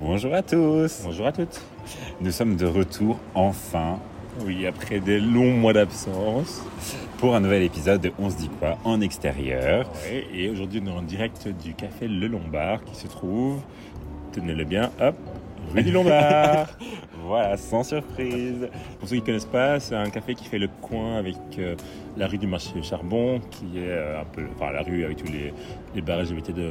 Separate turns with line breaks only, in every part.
Bonjour à tous
Bonjour à toutes.
Nous sommes de retour enfin
Oui, après des longs mois d'absence.
pour un nouvel épisode de On se dit quoi en extérieur.
Ouais, et aujourd'hui, nous sommes en direct du café Le Lombard qui se trouve, tenez-le bien, hop, rue du Lombard.
Voilà, sans surprise.
Pour ceux qui ne connaissent pas, c'est un café qui fait le coin avec euh, la rue du marché au charbon, qui est euh, un peu enfin, la rue avec tous les, les bars LGBT de,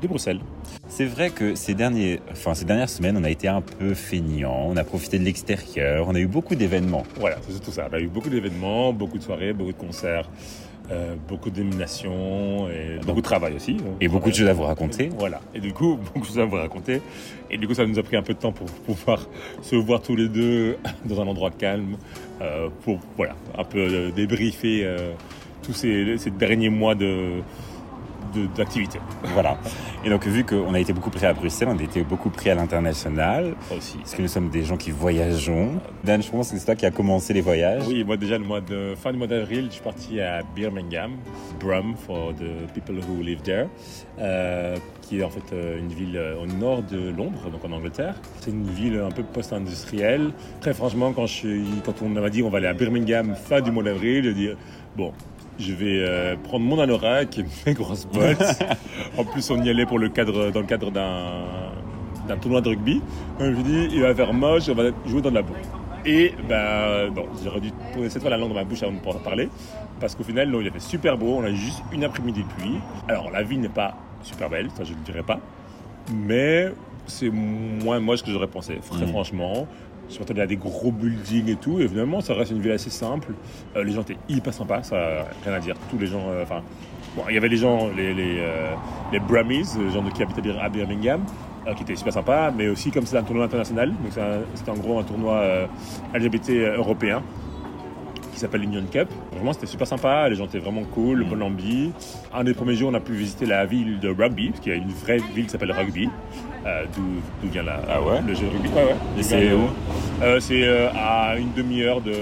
de Bruxelles.
C'est vrai que ces, derniers, enfin, ces dernières semaines, on a été un peu feignants, on a profité de l'extérieur, on a eu beaucoup d'événements.
Voilà, c'est tout ça. On a eu beaucoup d'événements, beaucoup de soirées, beaucoup de concerts, euh, beaucoup de nominations et beaucoup de travail aussi. hein.
Et beaucoup de choses à vous raconter.
Voilà. Et du coup, beaucoup de choses à vous raconter. Et du coup, ça nous a pris un peu de temps pour pouvoir se voir tous les deux dans un endroit calme euh, pour voilà, un peu euh, débriefer euh, tous ces, ces derniers mois de de- d'activité
Voilà. Et donc, vu qu'on a été beaucoup pris à Bruxelles, on a été beaucoup pris à l'international,
aussi.
parce que nous sommes des gens qui voyageons. Dan, je pense que c'est toi qui a commencé les voyages.
Oui, moi déjà le mois de fin du mois d'avril, je suis parti à Birmingham, Brum for the people who live there, euh, qui est en fait euh, une ville euh, au nord de Londres, donc en Angleterre. C'est une ville un peu post-industrielle. Très franchement, quand je suis, quand on m'a dit on va aller à Birmingham fin du mois d'avril, j'ai dit bon. Je vais euh, prendre mon anorak et mes grosses bottes. en plus, on y allait pour le cadre, dans le cadre d'un d'un tournoi de rugby. Comme je dis, il va faire moche, on va jouer dans de la boue. Et ben, bon, j'aurais dû tourner cette fois la langue dans ma bouche avant de pouvoir parler. Parce qu'au final, non, il a fait super beau, on a eu juste une après-midi de pluie. Alors, la ville n'est pas super belle, ça je ne dirais pas. Mais c'est moins moche que j'aurais pensé, très
Mhm.
franchement. Je m'attendais à des gros buildings et tout, et finalement, ça reste une ville assez simple. Euh, les gens étaient hyper sympas, ça euh, rien à dire. Tous les gens, euh, enfin, bon, il y avait les gens, les, les, euh, les Brummies, les gens de- qui habitent à Bir- à Birmingham, euh, qui étaient super sympas, mais aussi comme c'est un tournoi international, donc c'est un- c'est en gros un tournoi euh, LGBT euh, européen qui s'appelle l'Union Cup. Vraiment, c'était super sympa, les gens étaient vraiment
Mm.
cool, bon ambi. Un des premiers jours, on a pu visiter la ville de Rugby, parce qu'il y a une vraie ville qui s'appelle Rugby, euh, d'où d'où vient la,
Ah ouais
le jeu de rugby. Ouais, ouais.
Et
D'où
c'est
vient le-
où
euh, C'est euh, à une demi-heure de.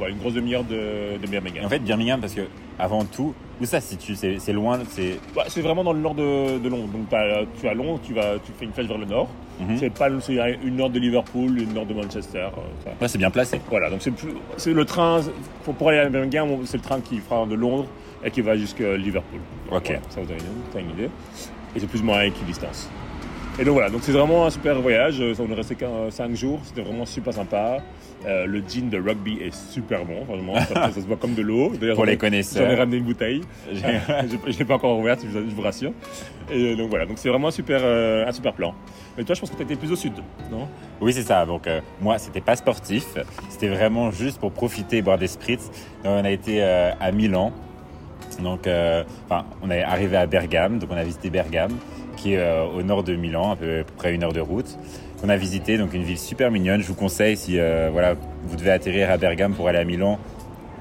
ouais, une grosse demi-heure de, de Birmingham.
En fait, Birmingham, parce que avant tout, où ça se situe C'est c'est loin, c'est.
Ouais, c'est vraiment dans le nord de, de Londres. Donc t'as- tu es à Londres, tu, vas, tu fais une flèche vers le nord.
Mhm.
C'est pas c'est une nord de Liverpool, une nord de Manchester. euh, ça.
Là, c'est bien placé.
Voilà, donc c'est plus- c'est le train, pour, pour aller à Birmingham, on- c'est le train qui fera de Londres et qui va jusqu'à Liverpool.
Ok.
Voilà, ça vous donne une, ça une idée. Et c'est plus ou moins à équidistance. Et donc voilà, donc c'est vraiment un super voyage. Euh, Ça nous restait 5 jours, c'était vraiment super sympa. Euh, le gin de rugby est super bon, vraiment. Ça, ça se boit comme de l'eau. D'ailleurs,
Pour
j'en
les
ai- J'en ai
connaisseurs.
ramené une bouteille. je l'ai pas encore ouverte, je vous- je vous rassure. Et euh, donc voilà, donc c'est vraiment un super, euh, un super plan. Mais toi, je pense que tu étais plus au sud, non
Oui, c'est ça. Donc, euh, moi, c'était pas sportif. C'était vraiment juste pour profiter et boire des spritz. Donc, on a été euh, à Milan. Donc, euh, enfin, on est arrivé à Bergame. Donc, on a visité Bergame, qui est euh, au nord de Milan, à peu près une heure de route. On a visité donc une ville super mignonne. Je vous conseille, si euh, voilà, vous devez atterrir à Bergame pour aller à Milan,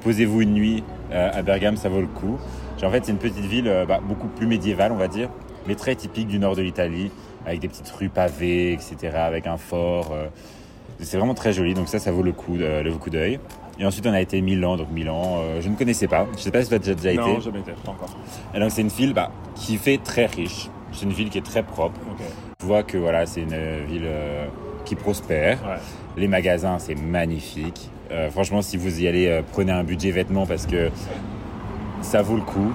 posez-vous une nuit euh, à Bergame, ça vaut le coup. Genre, en fait, c'est une petite ville euh, bah, beaucoup plus médiévale, on va dire, mais très typique du nord de l'Italie, avec des petites rues pavées, etc., avec un fort. euh. c'est vraiment très joli, donc ça, ça vaut le coup, de- le coup d'œil. Et ensuite, on a été à Milan, donc Milan, euh, je ne connaissais pas. Je ne sais pas si tu as déjà, déjà
Non,
été.
jamais été, pas encore.
Et donc, c'est une ville bah, qui fait très riche. C'est une ville qui est très propre.
Ok.
Je vois que voilà, c'est une euh, ville euh, qui prospère.
Ouais.
Les magasins, c'est magnifique. Euh, franchement, si vous y allez, euh, prenez un budget vêtements parce que ça vaut le coup.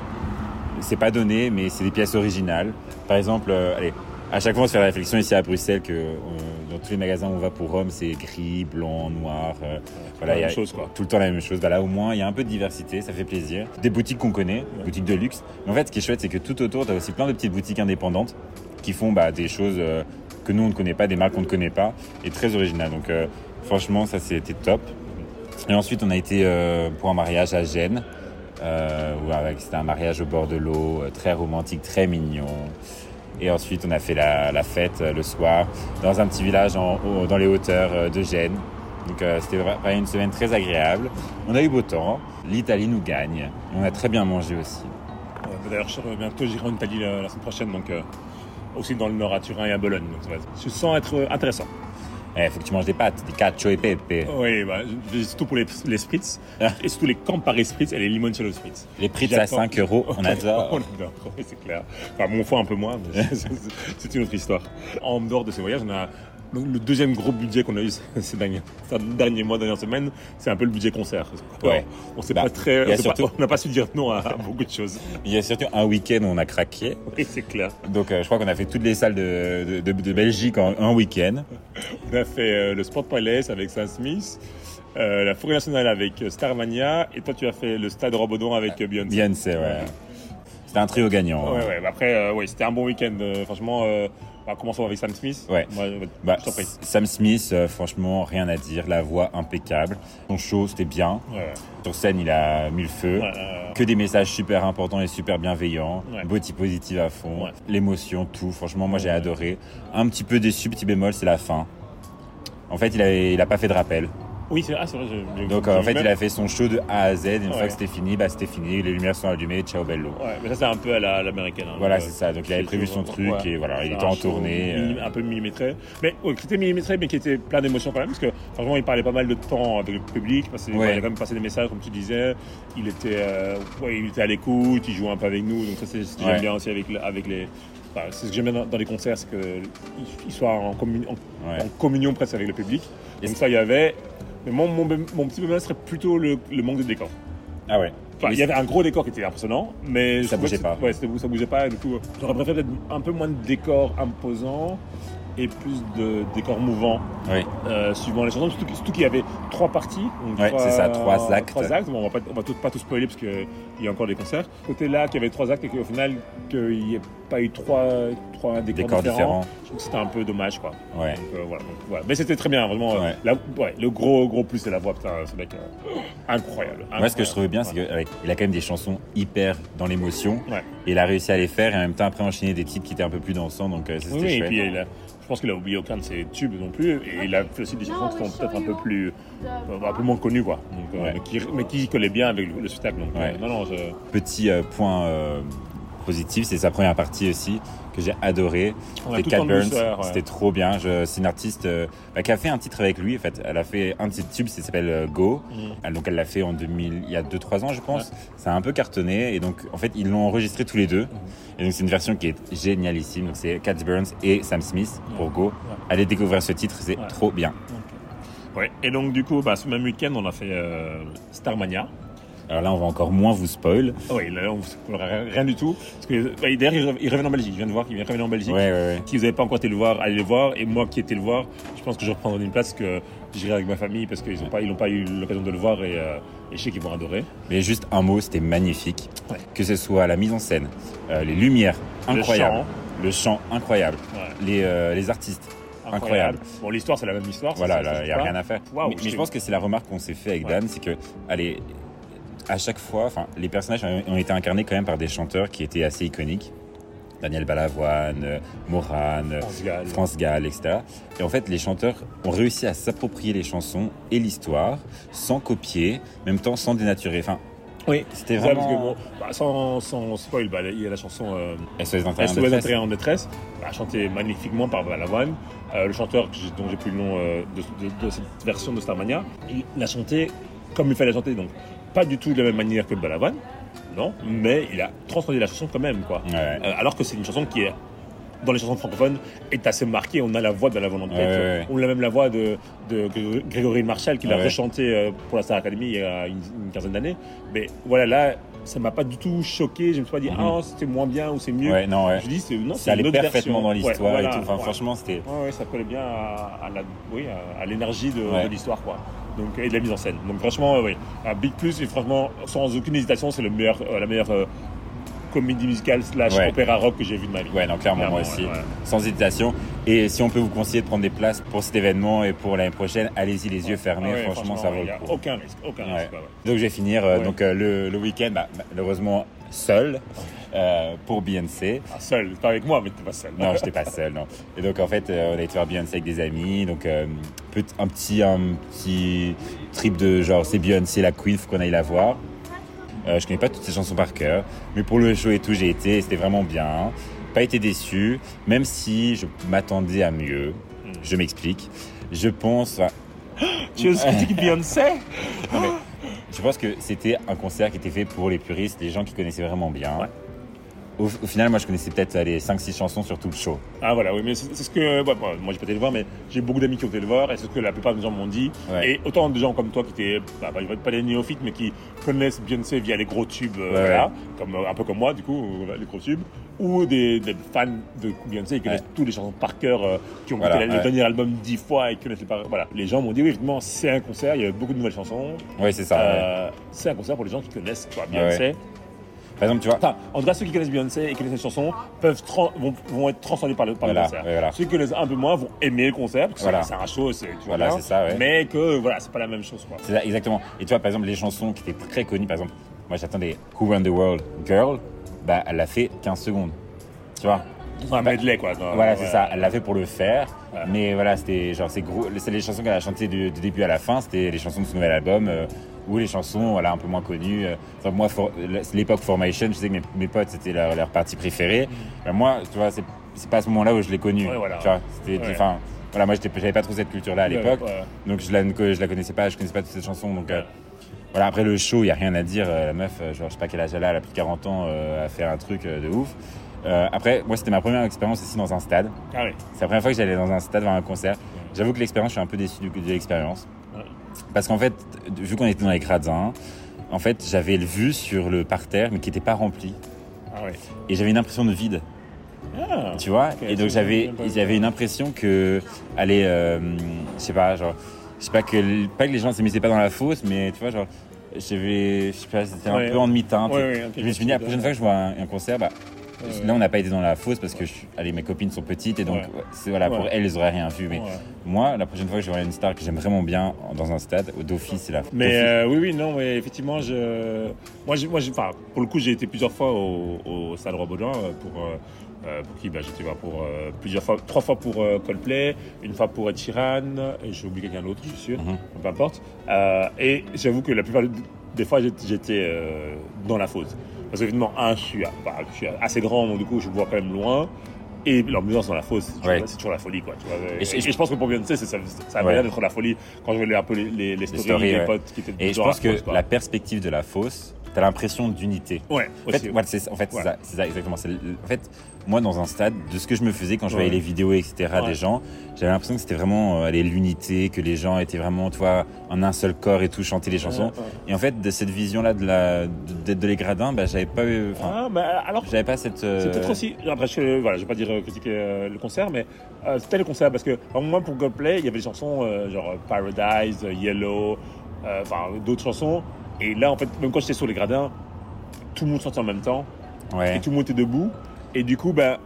C'est pas donné, mais c'est des pièces originales. Par exemple, euh, allez, à chaque fois, on se fait la réflexion ici à Bruxelles que euh, dans tous les magasins où on va pour hommes, c'est gris, blanc, noir. euh, voilà,
la
il y a
même chose, quoi.
tout le temps la même chose. Bah là, au moins, il y a un peu de diversité, ça fait plaisir. Des boutiques qu'on connaît, boutiques de luxe. Mais en fait, ce qui est chouette, c'est que tout autour, tu as aussi plein de petites boutiques indépendantes qui font bah, des choses euh, que nous, on ne connaît pas, des marques qu'on ne connaît pas, et très originales. Donc, euh, franchement, ça, c'était top. Et ensuite, on a été euh, pour un mariage à Gênes. Euh, où, avec- c'était un mariage au bord de l'eau, euh, très romantique, très mignon. Et ensuite, on a fait la, la fête euh, le soir dans un petit village en haut- dans les hauteurs euh, de Gênes. Donc euh, c'était vra- vraiment une semaine très agréable. On a eu beau temps. L'Italie nous gagne. Et on a très bien mangé aussi.
Euh, D'ailleurs, je- euh, bientôt j'irai en Italie la, la semaine prochaine, donc euh, aussi dans le nord à Turin et à Bologne. Donc, ça va être- je sens être euh, intéressant.
Il Eh, faut que tu manges des pâtes, des cacio et pepe.
Oui, bah, je- je- surtout pour les, les spritz,
Ah.
et surtout les Campari spritz et les limoncello spritz.
Les prix de ça,
J'attends.
5 euros, on adore.
On adore, oui, c'est clair. Enfin, mon foie un peu moins, mais c'est une autre histoire. En dehors de ces voyages, on a Le, le deuxième gros budget qu'on a eu ces ces derniers, ces derniers mois, dernières semaines, c'est un peu le budget concert.
Ouais.
On sait
Bah,
pas très,
il y a
on sait pas-
surtout-
on n'a pas su dire non à, à beaucoup de choses.
Il y a surtout un week-end où on a craqué.
Oui, c'est clair.
Donc euh, je crois qu'on a fait toutes les salles de, de- de- de Belgique en un week-end.
On a fait euh, le Sport Palace avec Sam Smith, euh, la Forêt Nationale avec euh, Starmania, et toi tu as fait le Stade Robodon avec euh, Beyoncé.
Beyoncé, ouais. C'était un trio gagnant. hein.
Ouais, ouais, bah après, euh, ouais, c'était un bon week-end. euh, franchement, euh, bah, commençons avec Sam Smith.
Ouais.
Moi, euh,
Bah,
je t'en prie.
Sam Smith, euh, franchement, rien à dire. La voix impeccable. Son show, c'était bien.
Ouais,
Sur scène, il a mis le feu.
ouais, euh,
Que des messages super importants et super bienveillants.
Ouais.
Beauty positive à fond.
Ouais.
L'émotion, tout. Franchement, moi, j'ai
Ouais.
adoré. Un petit peu déçu, petit bémol, c'est la fin. En fait, il n'a il a pas fait de rappel.
Oui, c'est ah, c'est vrai. j'ai- j'ai-
Donc,
j'ai
euh, en
eu
fait,
même-
il a fait son show de A à Z. Et une
Ouais.
fois que c'était fini, bah, c'était fini. Les lumières sont allumées. Ciao, bello.
Ouais, mais ça, c'est un peu à la- à l'américaine. hein,
Voilà,
donc,
c'est
euh,
ça. Donc, il avait
c'est-
prévu
c'est-
son truc
ouais.
et voilà, il
C'est
était
un
en
show
tournée.
mini-
euh.
Un peu millimétré. Mais ouais, qui était millimétré, mais qui était plein d'émotions quand même, parce que franchement, il parlait pas mal de temps avec le public. parce que,
Ouais.
voilà, il a quand même passé des messages, comme tu disais. Il était, euh, ouais, il était à l'écoute, il jouait un peu avec nous. Donc, ça, c'est ce que
Ouais.
j'aime bien aussi avec, le- avec les. enfin, c'est ce que j'aime bien dans, dans les concerts, c'est qu'ils soient en, commun- en
Ouais.
en communion presque avec le public.
Et
Donc ça, il y avait. Mais mon, mon, mon petit bémol serait plutôt le, le manque de décor.
Ah ouais.
Enfin,
Oui,
il y avait un gros décor qui était impressionnant, mais
Ça
je trouvais
bougeait
que
pas.
c'est- Ouais, c'était- ça bougeait pas. Du coup, j'aurais préféré peut-être un peu moins de décor imposant et plus de décor mouvant
Oui.
euh, suivant les chansons. Surtout, que- surtout qu'il y avait trois parties. donc
Ouais,
trois-
c'est ça, trois actes.
Trois actes. Bon, on va pas, on va tout- pas tout spoiler parce qu'il y a encore des concerts. Côté là, qu'il y avait trois actes et qu'au final, qu'il n'y ait pas eu trois, trois décors,
Décors
différents.
différents.
Je trouve que C'était un peu dommage, quoi.
Ouais.
Donc, euh, voilà, donc, voilà. Mais c'était très bien, vraiment. euh,
Ouais.
la- ouais, le gros, gros plus, c'est la voix, putain, ce mec. euh, incroyable,
Moi, ce que je trouvais bien, c'est
que.
qu'il a quand même des chansons hyper dans l'émotion.
Ouais.
Et il a réussi à les faire et en même temps, après, enchaîner des titres qui étaient un peu plus dansants. Donc, euh, ça,
Oui,
c'était
oui, et
chouette.
puis il a- je pense qu'il a oublié aucun de ses tubes non plus. Et il a fait aussi des chansons qui sont peut-être un peu plus. euh, un peu moins connues, quoi. Donc, euh,
Ouais.
mais, qui, mais qui collait bien avec le, le spectacle. Donc,
Ouais.
euh, non, non, je-
Petit euh, point euh, positif, c'est sa première partie aussi que j'ai adoré.
on a
C'était
tout
Cat
en
Burns.
douceur, ouais.
C'était trop bien. Je- C'est une artiste euh, bah, qui a fait un titre avec lui. En fait, elle a fait un de ses tubes, ça s'appelle euh, Go.
Mhm.
Elle- Donc, elle l'a fait en 2000, il y a 2-3 ans, je pense. Ça a un peu cartonné. Et donc, en fait, ils l'ont enregistré tous les
Mhm.
deux. Et donc, c'est une version qui est génialissime. Donc, c'est Cat Burns et Sam Smith pour
Ouais.
Go. Allez découvrir ce titre, c'est
Ouais.
trop bien.
Ouais. Et donc, du coup, bah, ce même week-end, on a fait euh, Starmania.
Alors là, on va encore moins vous spoil.
Oui, là, on ne rien du tout. Parce que, bah, d'ailleurs, il re- il revenait en Belgique. Je viens de voir qu'il revenait en Belgique.
Ouais, ouais, ouais.
Si vous n'avez pas encore été le voir, allez le voir. Et moi qui ai été le voir, je pense que je reprendrai une place que j'irai avec ma famille parce qu'ils n'ont pas, ils n'ont pas eu l'occasion de le voir et, euh, et je sais qu'ils vont adorer.
Mais juste un mot, c'était magnifique.
Ouais.
Que ce soit la mise en scène, euh, les lumières, incroyable.
hein.
Le chant, incroyable.
Le chant, ouais,
Les, euh, les artistes,
Ah,
Incroyable.
Bon, l'histoire, c'est la même histoire.
voilà, il n'y a rien à faire.
Waouh,
mais, mais
je-
je pense que c'est la remarque qu'on s'est fait avec
Ouais.
Dan, c'est que, allez, à chaque fois, enfin, les personnages ont ont été incarnés quand même par des chanteurs qui étaient assez iconiques. Daniel Balavoine, euh, Morane, euh,
à
France Gall, etc. Et en fait, les chanteurs ont réussi à s'approprier les chansons et l'histoire sans copier, en même temps sans dénaturer. Enfin,
Oui.
c'était
Ça, parce que,
vraiment.
bon, bah, sans, sans spoil, bah, il y a la chanson euh,
SOS d'intérêt en
SOS
détresse.
Intérêt en détresse, bah, chantée magnifiquement par Balavoine. Euh, le chanteur que j'ai- dont j'ai plus le nom euh, de, de- de cette version de Starmania, il l'a chanté comme il fallait la chanter. Donc, pas du tout de la même manière que Balavoine, non, mais il a transcendé la chanson quand même, quoi.
Ouais.
Euh, alors que c'est une chanson qui est dans les chansons francophones est assez marquée on a la voix de la volonté
Ouais, ouais, ouais.
on a même la voix de, de Gré- Grégory Marshall qui l'a
Ouais.
rechantée euh, pour la Star Academy il y a une, une quinzaine d'années mais voilà là ça m'a pas du tout choqué je me suis pas dit
Mhm.
ah c'était moins bien ou c'est mieux
Ouais, non, ouais.
je dis c'est non
Ça
c'est une
allait
autre
parfaitement
version.
dans l'histoire
Ouais,
et
voilà,
tout. Enfin,
ouais.
franchement, c'était.
Ouais, ouais, ça collait bien à, à la- oui, à- à l'énergie de,
Ouais.
de l'histoire, quoi. Donc, et de la mise en scène. Donc, franchement, euh, oui, un big plus. Et franchement, sans aucune hésitation, c'est le meilleur, euh, la meilleure euh, comédie musicale slash
Ouais.
opéra rock que j'ai vu de ma vie.
Ouais, non, clairement, moi
Clairement,
aussi.
ouais, ouais.
Sans hésitation. Et si on peut vous conseiller de prendre des places pour cet événement et pour l'année prochaine, allez-y les yeux fermés.
Ah ouais,
franchement, ça vaut
il y a
le coup.
Aucun risque, aucun
Ouais.
risque. ouais, ouais.
Donc, je vais finir euh,
Ouais.
donc, euh, le, le week-end, bah, malheureusement, seul euh, pour BNC.
Ah, seul, t'es avec moi, mais t'es pas seul.
Non, j'étais pas seul, non. Et donc, en fait, euh, on a été faire Beyoncé avec des amis. Donc, euh, peut- un, petit, un petit trip de genre, c'est Beyoncé, la queen, faut qu'on aille la voir. Euh, je connais pas toutes ces chansons par cœur. Mais pour le show et tout, j'ai été et c'était vraiment bien. Pas été déçu, même si je m'attendais à mieux.
Mm.
Je m'explique. Je pense,
Tu veux ce que Beyoncé
je pense que c'était un concert qui était fait pour les puristes, les gens qui connaissaient vraiment bien.
Ouais.
Au, au final, moi, je connaissais peut-être euh, les 5-6 chansons sur tout le show.
Ah voilà, oui, mais c'est c'est ce que. ouais, bon, moi, j'ai pas été le voir, mais j'ai beaucoup d'amis qui ont été le voir, et c'est ce que la plupart des gens m'ont dit.
Ouais.
Et autant de gens comme toi qui étaient, bah, bah, pas des néophytes, mais qui connaissent Beyoncé via les gros tubes, euh,
Ouais.
voilà, comme, euh, un peu comme moi, du coup, euh, les gros tubes, ou des, des fans de Beyoncé qui connaissent
Ouais.
tous les chansons par cœur, euh, qui ont
Voilà,
écouté la-
ouais.
le dernier album dix fois et qui connaissent les paroles. Voilà, les gens m'ont dit, oui, effectivement, c'est un concert, il y avait beaucoup de nouvelles chansons.
Oui, c'est ça. Ah, ouais. Ah,
Euh, C'est un concert pour les gens qui connaissent quoi, Beyoncé.
ouais. Par exemple, tu vois,
Enfin, en tout cas, ceux qui connaissent Beyoncé et connaissent cette chanson peuvent tran- vont, vont être transcendés par le, par le
Voilà,
concert.
ouais, voilà.
Ceux qui connaissent un peu moins vont aimer le concert, parce que
Voilà.
c'est un show, c'est, tu vois
Voilà,
bien.
c'est ça, ouais.
Mais que, voilà, c'est pas la même chose, quoi.
c'est ça, exactement. Et tu vois, par exemple, les chansons qui étaient très connues, par exemple, moi, j'attendais Who Run the World Girl, bah, elle l'a fait 15 secondes. Tu vois
Un medley, quoi. dans-
Voilà,
ouais.
c'est ça. Elle l'a fait pour le faire.
Ouais.
Mais voilà, c'était genre, c'est gros. C'est les chansons qu'elle a chantées du, du début à la fin. C'était les chansons de son nouvel album euh, ou les chansons voilà, un peu moins connues. Euh, enfin, moi, For- l'époque Formation, je sais que mes, mes potes, c'était leur, leur partie préférée. Ben, moi, tu vois, c'est, c'est pas à ce moment-là où je l'ai connue.
Mm. Ouais, voilà.
Tu vois, c'était.
Ouais.
Enfin, voilà, moi, j'étais- j'avais pas trop cette culture-là à
Ouais,
l'époque.
ouais.
Donc, je la, ne- je la connaissais pas, je connaissais pas toutes ces chansons. Donc, euh, voilà, après le show, il n'y a rien à dire. Euh, La meuf, euh, genre, je sais pas quel âge elle a, elle a plus de 40 ans euh, à faire un truc euh, de ouf. Euh, après, moi, c'était ma première expérience ici dans un stade.
Ah oui.
C'est la première fois que j'allais dans un stade voir un concert. J'avoue que l'expérience, je suis un peu déçu du- de l'expérience.
Ouais.
Parce qu'en fait, vu qu'on était dans les gradins, en fait, j'avais le vue sur le parterre, mais qui n'était pas rempli.
Ah oui.
Et j'avais une impression de vide,
Ah.
tu vois.
Ok,
et donc,
ça, j'ai
j'avais
même pas vu.
j'avais une impression que. Allez, euh, je sais pas, genre. Je sais pas que, pas que les gens ne se mettaient pas dans la fosse, mais tu vois, genre. J'avais. Je sais pas, c'était un
Ouais.
peu en demi-teinte.
Ouais, ouais, ok.
Je me suis dit, la prochaine fois que je vois un, un concert, bah,
Ouais.
là, on n'a pas été dans la fosse parce que je suis- allez, mes copines sont petites et donc,
Ouais.
ouais, c'est- voilà, pour
Ouais.
elles, elles auraient rien vu. Mais
Ouais.
moi, la prochaine fois que je verrai une star que j'aime vraiment bien dans un stade, au Dauphi, c'est la
Mais
Dauphi.
euh, oui, oui, non, mais effectivement, je... moi, j'ai- moi j'ai- enfin, pour le coup, j'ai été plusieurs fois au, au Stade Roi Baudouin euh, pour, euh, euh, pour qui bah, J'étais voir pour euh, plusieurs fois, trois fois pour euh, Coldplay, une fois pour Ed Sheeran, et j'ai oublié quelqu'un d'autre, je suis sûr,
Mhm.
peu importe. Euh, et j'avoue que la plupart des fois, j'étais- j'étais euh, dans la fosse. Parce qu'évidemment, un, je suis, à- bah, je suis assez grand, donc du coup, je vois quand même loin. Et l'ambiance dans la fosse, c'est toujours-
Ouais.
c'est toujours la folie, quoi. tu vois.
Et c'est-
Et, je pense que pour Beyoncé, c'est- ça, ça avait
Ouais.
l'air d'être la folie. Quand je voulais un peu les, les, les stories,
stories,
des
ouais.
potes qui étaient
et je
dans la
pense que
France, quoi.
la perspective de la fosse, t'as l'impression d'unité.
Ouais,
En
aussi,
fait,
ouais.
voilà, c'est en fait, c'est
Ouais.
ça, c'est ça, exactement. C'est le- En fait, moi, dans un stade, de ce que je me faisais quand je voyais
Ouais.
les vidéos, etc.,
Ouais.
des gens, j'avais l'impression que c'était vraiment euh, allez, l'unité, que les gens étaient vraiment, tu vois, en un seul corps et tout, chanter les chansons.
Ouais, ouais.
Et en fait, de cette vision-là de la, de, d'être de les gradins, bah, j'avais pas, eu- enfin,
Ah, mais alors,
j'avais pas cette. euh,
c'est peut-être aussi. Après, je, voilà, je vais pas dire euh, critiquer euh, le concert, mais euh, c'était le concert parce que, au moins pour Coldplay, il y avait des chansons euh, genre euh, Paradise, euh, Yellow, euh, enfin d'autres chansons. Et là, en fait, même quand j'étais sur les gradins, tout le monde sortait en même temps.
Ouais.
et tout le monde était debout. Et du coup, ben,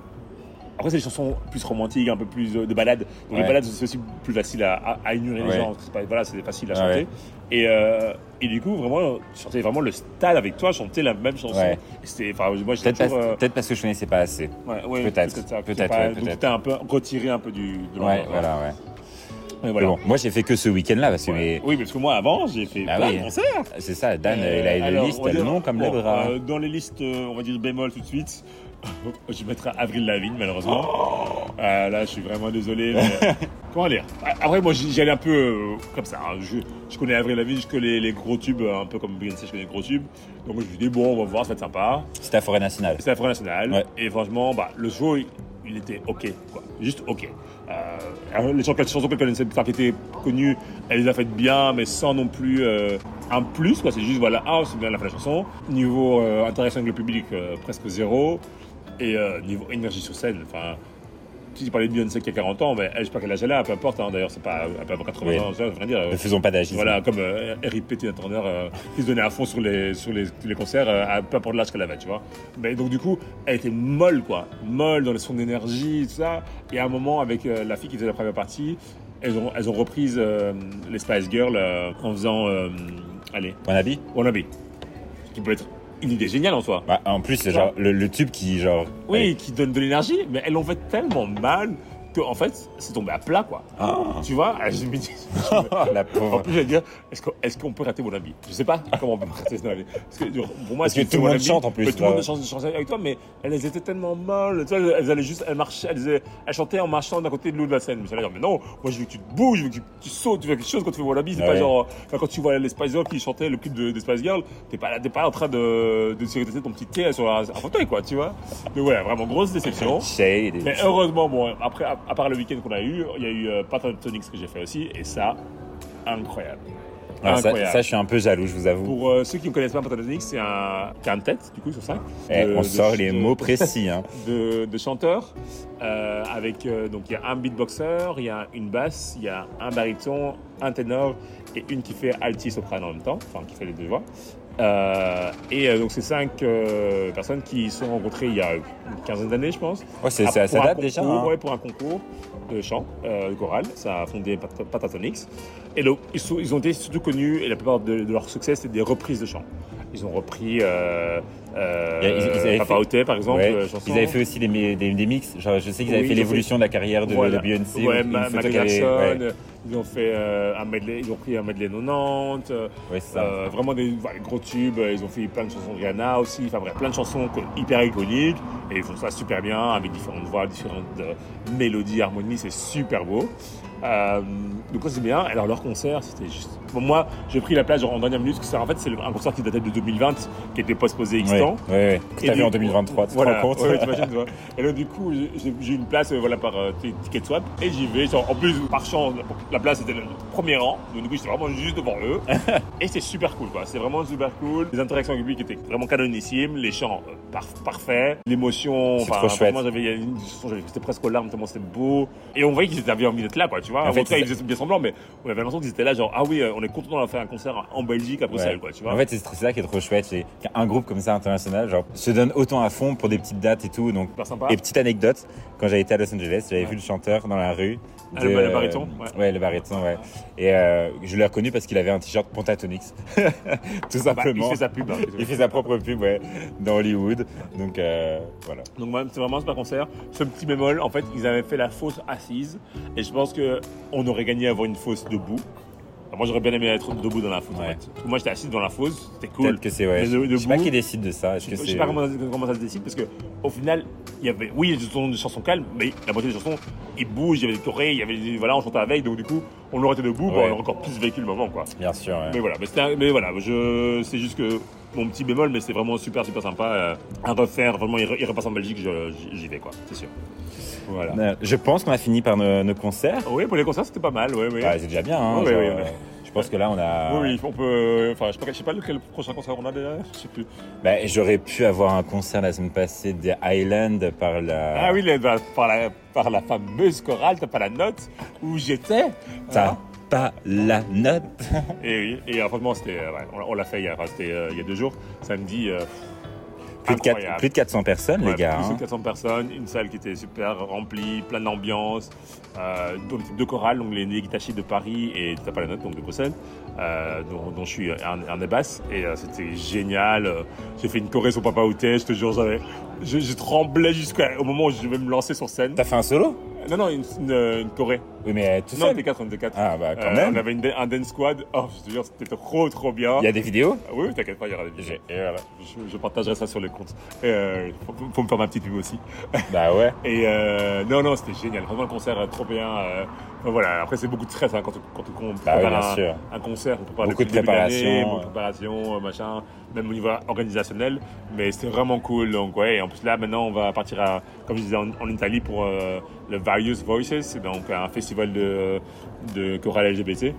après, c'est des chansons plus romantiques, un peu plus euh, de balades. Donc, les
Ouais.
balades, c'est aussi plus facile à, à, à ignorer les
Ouais. Ah
gens. parce que c'est pas- Voilà, c'est facile à
Ouais.
chanter. Et, euh, et du coup, vraiment, tu chantais vraiment le stade avec toi, chanter la même chanson.
Ouais.
Et C'était, enfin, moi, j'étais
Peut-être parce,
toujours. euh,
peut-être parce que je connaissais pas assez.
ouais, ouais,
peut-être,
ça,
peut-être,
c'est pas-
ouais,
donc,
peut-être.
t'es un peu retiré un peu du, de
Ouais,
l'ambiance.
voilà, ouais.
Et
Mais
voilà.
bon, moi j'ai fait que ce week-end-là parce que
Ouais.
mes-
Oui, parce que moi, avant, j'ai fait
Ah
plein
oui.
de concerts.
c'est ça, Dan,
Euh,
il a une
alors,
liste,
on va
le
dire-
nom comme
bon,
le bras.
euh, dans les listes, euh, on va dire bémol tout de suite. je mettrai Avril Lavigne, malheureusement.
Oh.
Euh, là, je suis vraiment désolé. mais- Comment dire A- Après, moi, j'y j'y allais un peu euh, comme ça. hein. Je, je connais Avril Lavigne, je connais les gros tubes, euh, un peu comme Beyoncé, je connais les gros tubes. Donc, je me suis dit, bon, on va voir, ça va être sympa.
C'était à Forêt Nationale.
C'est la forêt nationale.
Ouais.
Et franchement, bah, le show, il, il était OK. Quoi. Juste OK. Euh, alors, les chansons les chansons qu'elle connaissait, enfin, qui étaient connues, elle les a faites bien, mais sans non plus euh, un plus. quoi. C'est juste, voilà, ah, c'est bien, elle a fait la chanson. Niveau euh, interaction avec le public, euh, presque zéro. Et euh, niveau énergie sur scène, enfin. Si tu parlais de Beyoncé qui a 40 ans, mais elle, je sais pas quel âge elle a, peu importe, hein, d'ailleurs, c'est pas, elle peut avoir 80
Oui.
ans, ça, je veux rien dire.
Ne faisons pas d'agisme.
Voilà, comme euh, R.I.P. Tina Turner euh, qui se donnait à fond sur les, sur les, tous les concerts, euh, à peu importe l'âge qu'elle avait, tu vois. Mais donc, du coup, elle était molle, quoi. Molle dans les sons d'énergie, tout ça. Et à un moment, avec euh, la fille qui faisait la première partie, elles ont, elles ont repris euh, les Spice Girls euh, en faisant, euh, allez,
Wannabe
Wannabe. Ce qui peut être une idée géniale en soi.
Bah, En plus, c'est genre le, le tube qui, genre.
Oui,
allez,
qui donne de l'énergie, mais elles l'ont fait tellement mal que que en fait, c'est tombé à plat, quoi.
Ah.
Tu vois, je me dis. je me-
Oh, la
En
pauvre.
plus, j'allais dire, est-ce qu'on est qu'on peut rater mon ami Je sais pas comment on peut rater mon ami. Parce que, genre, pour moi,
Parce
si
que tout
tu
le
fais mon
monde
ami,
chante, en plus,
mais Tout le monde
là.
chante, chante avec toi, mais elles étaient tellement molles. Tu vois, elles allaient juste, elles marchaient, elles, faisaient- elles chantaient en marchant d'un côté et de l'autre de la scène. Mais j'allais dire, mais non, moi, je veux que tu te bouges, je veux que tu, tu sautes, tu veux quelque chose quand tu fais mon ami. C'est
Ah
pas
ouais.
genre, euh, enfin, quand tu vois les Spice Girls qui chantaient le clip de, des Spice Girls, t'es pas, là- t'es pas en train de, de tirer ton petit thé sur un, un fauteuil, quoi, tu vois. Mais ouais, vraiment grosse déception.
Shade.
Mais heureusement, bon, après, à, à part le week-end qu'on a eu, il y a eu euh, Pentatonix que j'ai fait aussi, et ça, incroyable.
Ah, ça,
incroyable.
ça, je suis un peu jaloux, je vous avoue.
Pour euh, ceux qui ne connaissent pas Pentatonix, c'est un quintet, du coup, sur ça.
Eh, on sort les
de-
mots précis. Hein.
De, de chanteurs, euh, avec, euh, donc il y a un beatboxer, il y a une basse, il y a un baryton, un ténor, et une qui fait alti-soprano en même temps, enfin, qui fait les deux voix. Euh, et euh, donc c'est cinq euh, personnes qui se sont rencontrées il y a une quinzaine d'années, je pense.
Ouais, c'est-
Ah,
ça,
pour
ça
un
date
concours,
déjà. hein.
ouais, pour un concours de chant, euh, choral. Ça a fondé Pat- Patatonix. Et donc, ils, sont- ils ont été surtout connus, et la plupart de, de leurs succès, c'est des reprises de chant. Ils ont repris euh, euh,
Ils- ils avaient
Papa
fait-
Oté, par exemple,
Ouais.
euh, chanson.
Ils avaient fait aussi des, mi- des- des mix. Genre, je sais qu'ils avaient
Oui,
fait
ils ont
l'évolution de la carrière de,
Voilà.
de Beyoncé.
Ouais,
une
Ma-
photo
Michael
qu'elle avait-
Jackson,
ouais,
euh, ils ont fait euh, un medley, ils ont pris un medley 90, euh,
ouais, c'est ça.
euh, vraiment des voilà, des gros tubes, euh, ils ont fait plein de chansons de Rihanna aussi, enfin bref, plein de chansons co- hyper iconiques, et ils font ça super bien, avec différentes voix, différentes euh, mélodies, harmonies, c'est super beau. Euh, donc ça c'est bien, alors leur concert c'était juste... Bon, moi j'ai pris la plage en dernière minute, parce que ça, en fait c'est le- un concert qui datait de 2020, qui était postposé X
ouais,
temps,
ouais, ouais. Que
et
t'as
du
vu en
coup-
2023, tu
voilà,
te rends compte
ouais, t'imagines, tu vois. Et là, du coup, j'ai- j'ai j'ai une place euh, voilà, par euh, t- ticket swap et j'y vais. Genre, en plus, par chance, la place était le premier rang. Donc, du coup, j'étais vraiment juste devant eux. et c'est super cool, quoi. C'est vraiment super cool. Les interactions avec le public étaient vraiment canonissimes. Les chants euh, parf- parfaits. L'émotion.
C'est
enfin,
trop chouette.
Moi, j'avais il y a une chanson, j'avais- j'étais presque aux larmes tellement c'était beau. Et on voyait qu'ils avaient envie d'être là, quoi. Tu vois.
En
En,
fait,
tout cas,
ils-
ils faisaient bien semblant, mais on avait l'impression qu'ils étaient là, genre, ah oui, euh, on est content d'avoir fait un concert en Belgique, à Bruxelles,
Ouais.
quoi. Tu vois.
En fait, c'est c'est ça qui est trop chouette. C'est qu'un groupe comme ça, international, genre, se donne autant à fond pour des petites dates et tout. Donc,
super sympa.
Et petite anecdote, quand j'avais été à Los Angeles, j'avais
Ouais.
vu le chanteur dans la rue. euh,
Ah, le- le baryton,
ouais. le baryton, ouais. Et euh, je l'ai reconnu parce qu'il avait un t-shirt Pentatonix. Tout
Bah,
simplement.
il fait sa pub. hein.
Il fait sa propre pub, ouais, dans Hollywood. Donc euh, voilà.
Donc moi, c'est vraiment un super concert. Ce petit bémol, en fait, ils avaient fait la fausse assise. Et je pense que on aurait gagné à avoir une fausse debout. Alors moi, j'aurais bien aimé être debout dans la fosse. en
Ouais.
fait. Parce que moi, j'étais assis dans la fosse. C'était cool.
Peut-être que c'est, ouais.
Mais
Je
de-
je sais pas
debout-
qui décide de ça. Est-ce
Je
que
sais
c'est. euh,
pas comment ça, comment ça se décide parce que au final, il y avait, oui, il y a des chansons- des chansons calmes, mais la moitié des chansons, ils bougent, il y avait des chorés, il y avait des, voilà, on chantait avec, donc du coup, on aurait été debout, bah,
Ouais.
on aurait encore plus vécu le moment, quoi.
Bien sûr, ouais.
Mais voilà, mais, c'était un- mais voilà, je, c'est juste que mon petit bémol, mais c'est vraiment super, super sympa. euh, à refaire, vraiment, il, re- il repasse en Belgique, je- j'y- j'y vais, quoi, c'est sûr. Voilà.
Euh, Je pense qu'on a fini par nos, nos concerts.
Oui, pour les concerts, c'était pas mal, oui, oui.
Bah, c'est déjà bien, hein,
Ouais,
genre,
ouais, ouais.
euh, Je pense que là, on a.
Oui, oui, on peut. Enfin, je sais pas- je sais pas lequel prochain concert on a déjà, je sais plus.
Bah, J'aurais pu avoir un concert la semaine passée des Highland par la.
Ah oui, les- bah, par, la, par la fameuse chorale, t'as pas la note, où j'étais.
T'as pas la note.
Et oui, et euh, franchement, c'était, euh, ouais, on l'a- on l'a fait il y, a, enfin, c'était, euh, il y a deux jours, samedi. euh,
Plus de, quatre-
incroyable.
plus de 400 personnes,
Ouais,
les gars.
Plus
hein.
de 400 personnes, une salle qui était super remplie, plein d'ambiance, euh, donc deux chorales, donc les Negitashi de Paris et T'as pas la note, donc de Bruxelles, euh, dont, dont je suis un, un des basses, et euh, c'était génial. euh, J'ai fait une choré sur Papa Outé, je te jure, j'avais. Je, je tremblais jusqu'au moment où je vais me lancer sur scène.
T'as fait un solo
Non, non, une, une, une choré.
Oui, mais euh, tout
Non, on
seul.
était quatre, on était quatre.
Ah, bah quand
Euh, on
même.
avait une da- un dance squad. Oh, je te jure, c'était trop trop bien.
Il y a des vidéos
Oui, t'inquiète pas, il y aura des vidéos.
J'ai- et voilà.
Je, je partagerai ça sur le compte. Euh, faut, faut me faire ma petite pub aussi.
Bah ouais.
Et euh, non, non, c'était génial. Vraiment, le concert euh, trop bien. euh, enfin, voilà. Après, c'est beaucoup de stress hein, quand, on- quand on- qu'on
Bah
prépare
oui, bien
un,
sûr.
un concert. On prépare
Beaucoup
depuis
de
le début l'année,
préparation,
beaucoup de préparation, euh, machin, même au niveau organisationnel. Mais c'était vraiment cool. Donc, ouais. Et en plus, là, maintenant, on va partir, à, comme je disais, en, en Italie pour euh, le Various Voices. C'est donc un festival de, de chorale LGBT.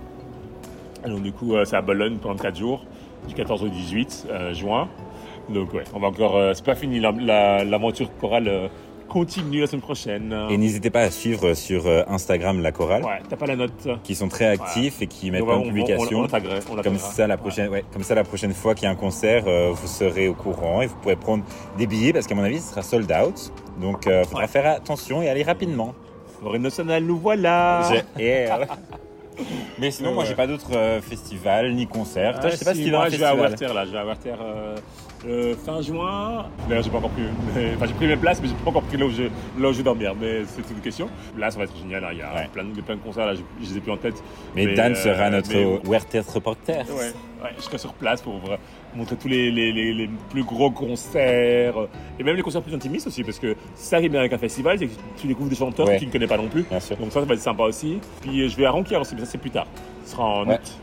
Et donc, du coup, euh, c'est à Bologne pendant 4 jours, du 14 au 18 euh, juin. Donc, ouais, on va encore. euh, c'est pas fini, la- la- l'aventure chorale euh, continue la semaine prochaine.
Et n'hésitez pas à suivre sur euh, Instagram la chorale,
Ouais, t'as pas la note.
qui sont très actifs et qui mettent
Donc, ouais,
plein
on-
de
on-
publications.
On, on, l'attaquera, on
comme
l'attaquera.
ça, la prochaine, ouais, comme ça, la prochaine fois qu'il y a un concert, euh, vous serez au courant et vous pourrez prendre des billets parce qu'à mon avis, ce sera sold out. Donc, il faudra
Ouais.
faire attention et aller rapidement.
Florine National, nous voilà.
J'ai- et, euh, Mais sinon, moi,
Ouais.
j'ai pas d'autres euh, festivals ni concerts. Toi, je sais pas
Ah, si,
si tu
moi,
un
je vais à
festival.
Werther là, je vais à Werther euh, Euh, fin juin, d'ailleurs j'ai pas encore pris, mais- enfin j'ai pris mes places, mais j'ai pas encore pris là où je, là où je vais dormir, mais c'est une question. Là ça va être génial, hein, il y a
Ouais.
plein, de, plein de concerts, là je, je les ai plus en tête.
Mais, Dan
euh,
sera notre
mais-
Werther's reporter.
Ouais, ouais, je serai sur place pour vous montrer tous les, les, les, les plus gros concerts euh, et même les concerts plus intimistes aussi parce que ça qui est bien avec un festival, c'est que tu découvres des chanteurs
Ouais.
que tu ne connais pas non plus.
Bien sûr.
Donc ça, ça va être sympa aussi. Puis euh, je vais à Ronquière aussi, mais ça c'est plus tard. Ce sera en
Ouais.
août.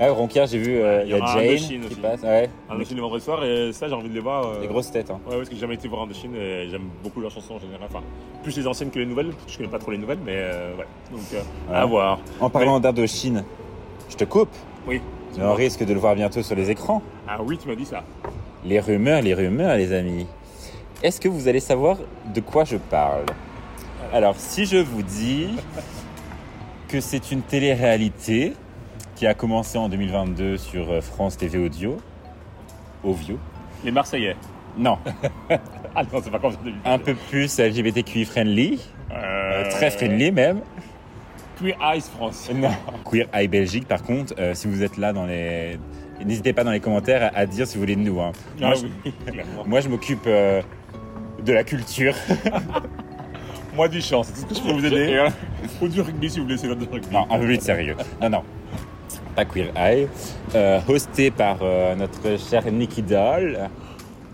Ah, Ronquière, j'ai vu, euh,
Ouais,
il
il y
y a
aura
Jane
Indochine
qui
aussi.
passe. Ouais.
Un Indochine le vendredi soir et ça j'ai envie de les voir. euh,
Des grosses têtes. hein.
Ouais, parce que j'ai jamais été voir Indochine et j'aime beaucoup leurs chansons en général. Enfin, plus les anciennes que les nouvelles, parce que je connais pas trop les nouvelles, mais euh, ouais. Donc euh, à
Ouais.
voir.
En parlant d'Indochine, je te coupe,
Oui.
mais on risque de le voir bientôt sur les écrans.
Ah oui, tu m'as dit ça.
Les rumeurs, les rumeurs, les amis. Est-ce que vous allez savoir de quoi je parle Alors, si je vous dis que c'est une télé-réalité qui a commencé en 2022 sur euh, France TV Audio, Ovio,
Les Marseillais.
non,
Ah non, c'est pas comme ça. depuis-
un peu plus LGBTQI friendly, euh,
Euh,
très friendly même.
Queer Eyes France.
Non. Queer Eye Belgique, par contre, euh, si vous êtes là dans les. N'hésitez pas dans les commentaires à, à dire si vous voulez de nous. hein.
Ah
Moi, je-
oui, clairement.
moi, je m'occupe euh, de la culture.
Moi du chant, c'est tout ce que je peux vous aider. Ou du rugby si vous voulez, c'est notre rugby.
Non, un peu plus sérieux. Non, non. Pas Queer Eye. Euh, hosté par euh, notre chère Nikki Doll.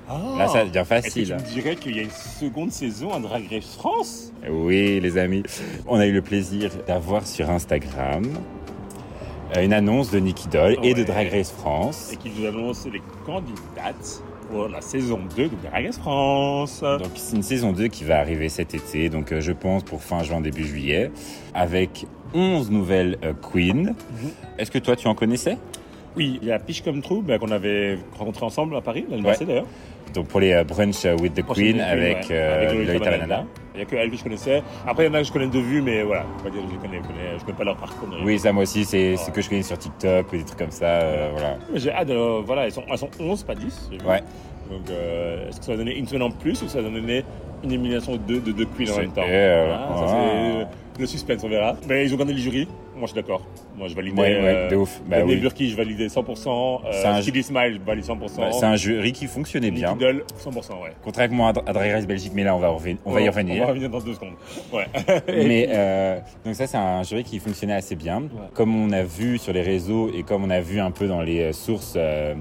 Ah.
Là, ça devient
Est-ce que tu
facile.
me dirais qu'il y a une seconde saison à Drag Race France
Oui, les amis. On a eu le plaisir d'avoir sur Instagram euh, une annonce de Nikki Doll et de
Ouais.
Drag Race France.
et qui nous annonce les candidates pour la saison 2 de Drag Race France.
Donc c'est une saison 2 qui va arriver cet été, donc euh, je pense pour fin juin, début juillet, avec 11 nouvelles euh, queens.
Mhm.
Est-ce que toi tu en connaissais
Oui, il y a Pitch Comme True bah, qu'on avait rencontré ensemble à Paris l'année passée d'ailleurs.
Donc pour les euh, brunch euh, with the
Prochaine
queen
des
avec,
filles, ouais,
euh,
avec Lolita
Lolita
Banana.
Banana.
Il n'y a que elle que je connaissais. Après, il y en a que je connais de vue, mais voilà, faut pas dire que je les connais. Je connais, je connais pas leur parcours. d'ailleurs.
Oui, ça moi aussi, c'est ce
Mhm. Ouais.
que je connais sur TikTok ou des trucs comme ça. euh, voilà.
Mais J'ai hâte, euh, voilà, elles sont, elles sont 11, pas 10. j'ai vu.
Ouais.
Donc, euh, est-ce que ça va donner une semaine en plus ou ça va donner une élimination de deux, de deux queens en
C'est-
même temps
euh,
Voilà, ça,
ah.
c'est, euh, Le suspense, on verra. Mais ils ont gagné le jury, moi je suis d'accord. Moi je valide.
Ouais, ouais, de ouf. Bah, oui.
Burki, je validais 100%.
C'est
Euh,
un-
Chili Smile, je valide 100%.
Bah, c'est un jury qui fonctionnait
Nicky
bien.
Doll, 100%, ouais.
Contrairement à, Dra- à Drag Race Belgique, mais là on va, reven- on va y
On va
revenir.
revenir dans deux secondes. Ouais.
Mais euh, donc ça c'est un jury qui fonctionnait assez bien. Comme on a vu sur les réseaux et comme on a vu un peu dans les euh, sources euh,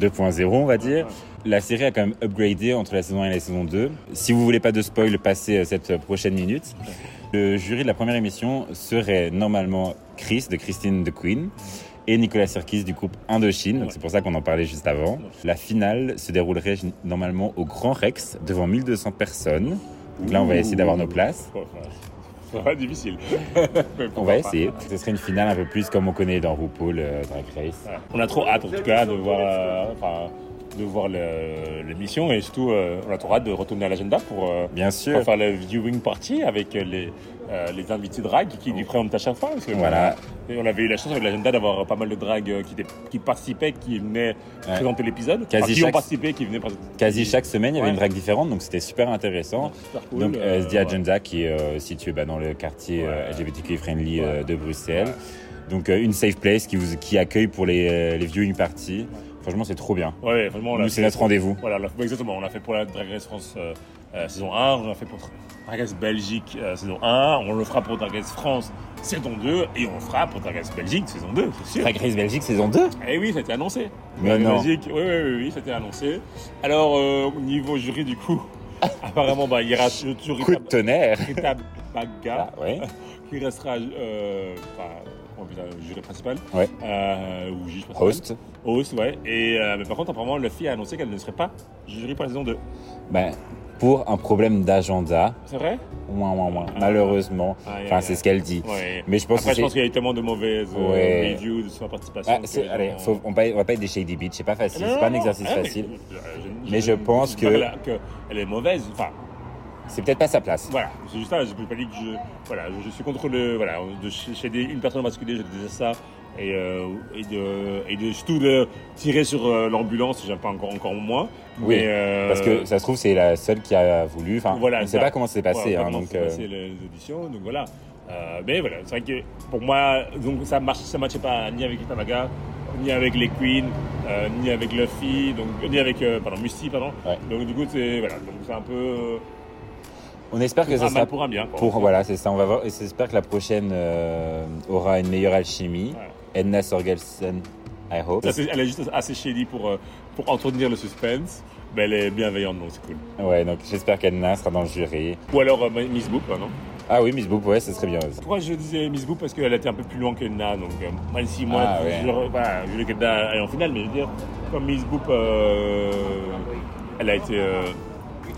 2.0 on va dire, la série a quand même upgradé entre la saison 1 et la saison 2. Si vous voulez pas de spoil, passez euh, cette euh, prochaine minute. Le jury de la première émission serait normalement Chris de Christine de Queen et Nicolas Sirkis du groupe Indochine. Donc,
Ouais.
C'est pour ça qu'on en parlait juste avant. La finale se déroulerait g- normalement au Grand Rex devant 1200 personnes. Donc là, on va essayer d'avoir nos places.
Ouais, ouais. Ça va être difficile. Mais
On
pourquoi
va
pas.
essayer. Ce serait une finale un peu plus comme on connaît dans RuPaul, euh, Drag Race.
Voilà. On a trop hâte en tout cas de voir, euh, enfin, de voir le- l'émission et surtout euh, on a trop hâte de retourner à l'agenda pour, euh,
Bien
pour
sûr.
faire le viewing party avec euh, les, euh, les invités drag qui nous présentent à chaque fois. parce que,
Voilà.
euh, on avait eu la chance avec l'agenda d'avoir pas mal de drag euh, qui, étaient- qui participaient, qui venaient présenter l'épisode,
Quasi
qui ont
chaque-
participé, qui venaient présenter.
Quasi chaque semaine, il y avait
Ouais.
une drague différente, donc c'était super intéressant.
Super cool.
Donc,
euh,
euh, The
ouais.
Agenda, qui est euh, situé bah, dans le quartier euh,
Ouais.
LGBTQI friendly euh,
Ouais.
de Bruxelles. Donc, euh, une safe place qui, vous, qui accueille pour les, euh, les viewing parties. Franchement, c'est trop bien.
Ouais, vraiment, on Oh, l'a
Nous, c'est
fait
notre
pour-
rendez-vous.
Voilà, on l'a- ouais, exactement. On l'a fait pour la Drag Race France euh, euh, saison 1, on l'a fait pour Drag Race Belgique euh, saison 1, on le fera pour Drag Race France saison 2, et on le fera pour Drag Race Belgique saison 2, c'est sûr.
Drag Race Belgique saison 2
Eh oui, c'était annoncé.
Mais
Drag Race
non.
Belgique, oui, oui, oui, oui, c'était annoncé. Alors, euh, au niveau jury, du coup, apparemment, bah, il reste le jury
Coup de tonnerre
Rita
Ah,
Baga,
ouais.
qui restera, euh, enfin, comment on appelle ça, jury principal.
Ouais.
Euh, ou juge principal.
Host
Hausse, ouais. Et, euh, mais par contre, apparemment, Luffy a annoncé qu'elle ne serait pas jury pour la saison 2.
Ben, Pour un problème d'agenda,
C'est vrai
moins, moins, moins.
Ah.
Malheureusement.
Aïe,
Enfin,
aïe,
c'est
aïe.
ce qu'elle dit.
Ouais.
Mais je pense
Après,
que
je pense
c'est.
qu'il y a eu tellement de mauvaises euh,
Ouais.
reviews de sa participation.
Ah,
que
c'est-
les
allez,
gens-
faut- on, va, on va pas être des shady bitch, c'est pas facile.
Non,
C'est pas un
euh, non,
exercice
non, mais-
facile.
euh,
Mais je pense
dis pas
que-
qu'elle a- qu'elle est mauvaise. Enfin,
C'est peut-être pas sa place.
voilà. C'est juste ça. Je peux pas dire que je. Voilà, je, je suis contre le. Voilà, de ch- chez des- une personne en particulier, je disais ça. Et, euh, et, de, et de surtout de tirer sur euh, l'ambulance, j'aime pas encore, encore moins.
Oui,
Mais, euh,
Parce que ça se trouve, c'est la seule qui a voulu. Enfin,
Voilà,
on ne sait
ça.
pas comment c'est passé.
Voilà,
hein,
maintenant,
donc,
c'est
euh,
passé les auditions, donc voilà. Euh, mais voilà, c'est vrai que pour moi, donc ça marche, ça matchait pas ni avec Itamaga, ni avec les Queens, euh, ni avec Luffy, donc, ni avec euh, pardon, Musty, pardon.
Ouais.
Donc du coup, c'est voilà, donc c'est un peu euh,
On espère que ça
un
sera
Ah, mal pour un bien. quoi.
pour voilà, c'est ça. On va voir et j'espère que la prochaine euh, aura une meilleure alchimie.
Ouais.
Edna Sorgelsen, I hope.
Ça, c'est- elle est juste assez shady pour, euh, pour entretenir le suspense, mais elle est bienveillante, donc c'est cool.
Ouais, donc j'espère qu'Edna sera dans le jury.
Ou alors euh, Miss Boop, hein, non
Ah oui, Miss Boop, ouais, ce serait bien. aussi.
Pourquoi je disais Miss Boop Parce qu'elle était un peu plus loin que Edna, donc euh, même si moi,
Ah, ouais.
je, voilà, je voulais qu'Edna aille en finale, mais je veux dire, comme Miss Boop, euh, elle a été euh,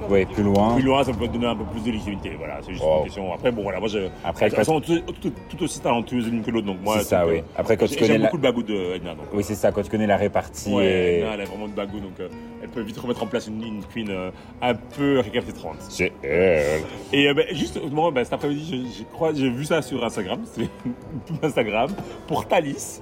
Ouais, plus loin.
plus loin, ça peut donner un peu plus de légitimité. Voilà, c'est juste
Ah. Wow.
une question. Après, bon, voilà, moi, je,
Après,
elles sont tout, tout- tout aussi talentueuses l'une que l'autre, donc moi,
c'est ça,
donc,
oui. Après,
euh,
quand tu
j'ai-
connais
J'aime
la...
beaucoup le bagou de Edna, donc.
Oui, c'est ça, quand tu connais la répartie
Ouais,
et...
Edna, elle a vraiment de bagou, donc euh, elle peut vite remettre en place une, une queen euh, un peu récapitulante.
C'est elle.
Et euh, ben, juste, justement, ben, cet après-midi, je, je crois, j'ai vu ça sur Instagram, c'est Instagram, pour Thalys,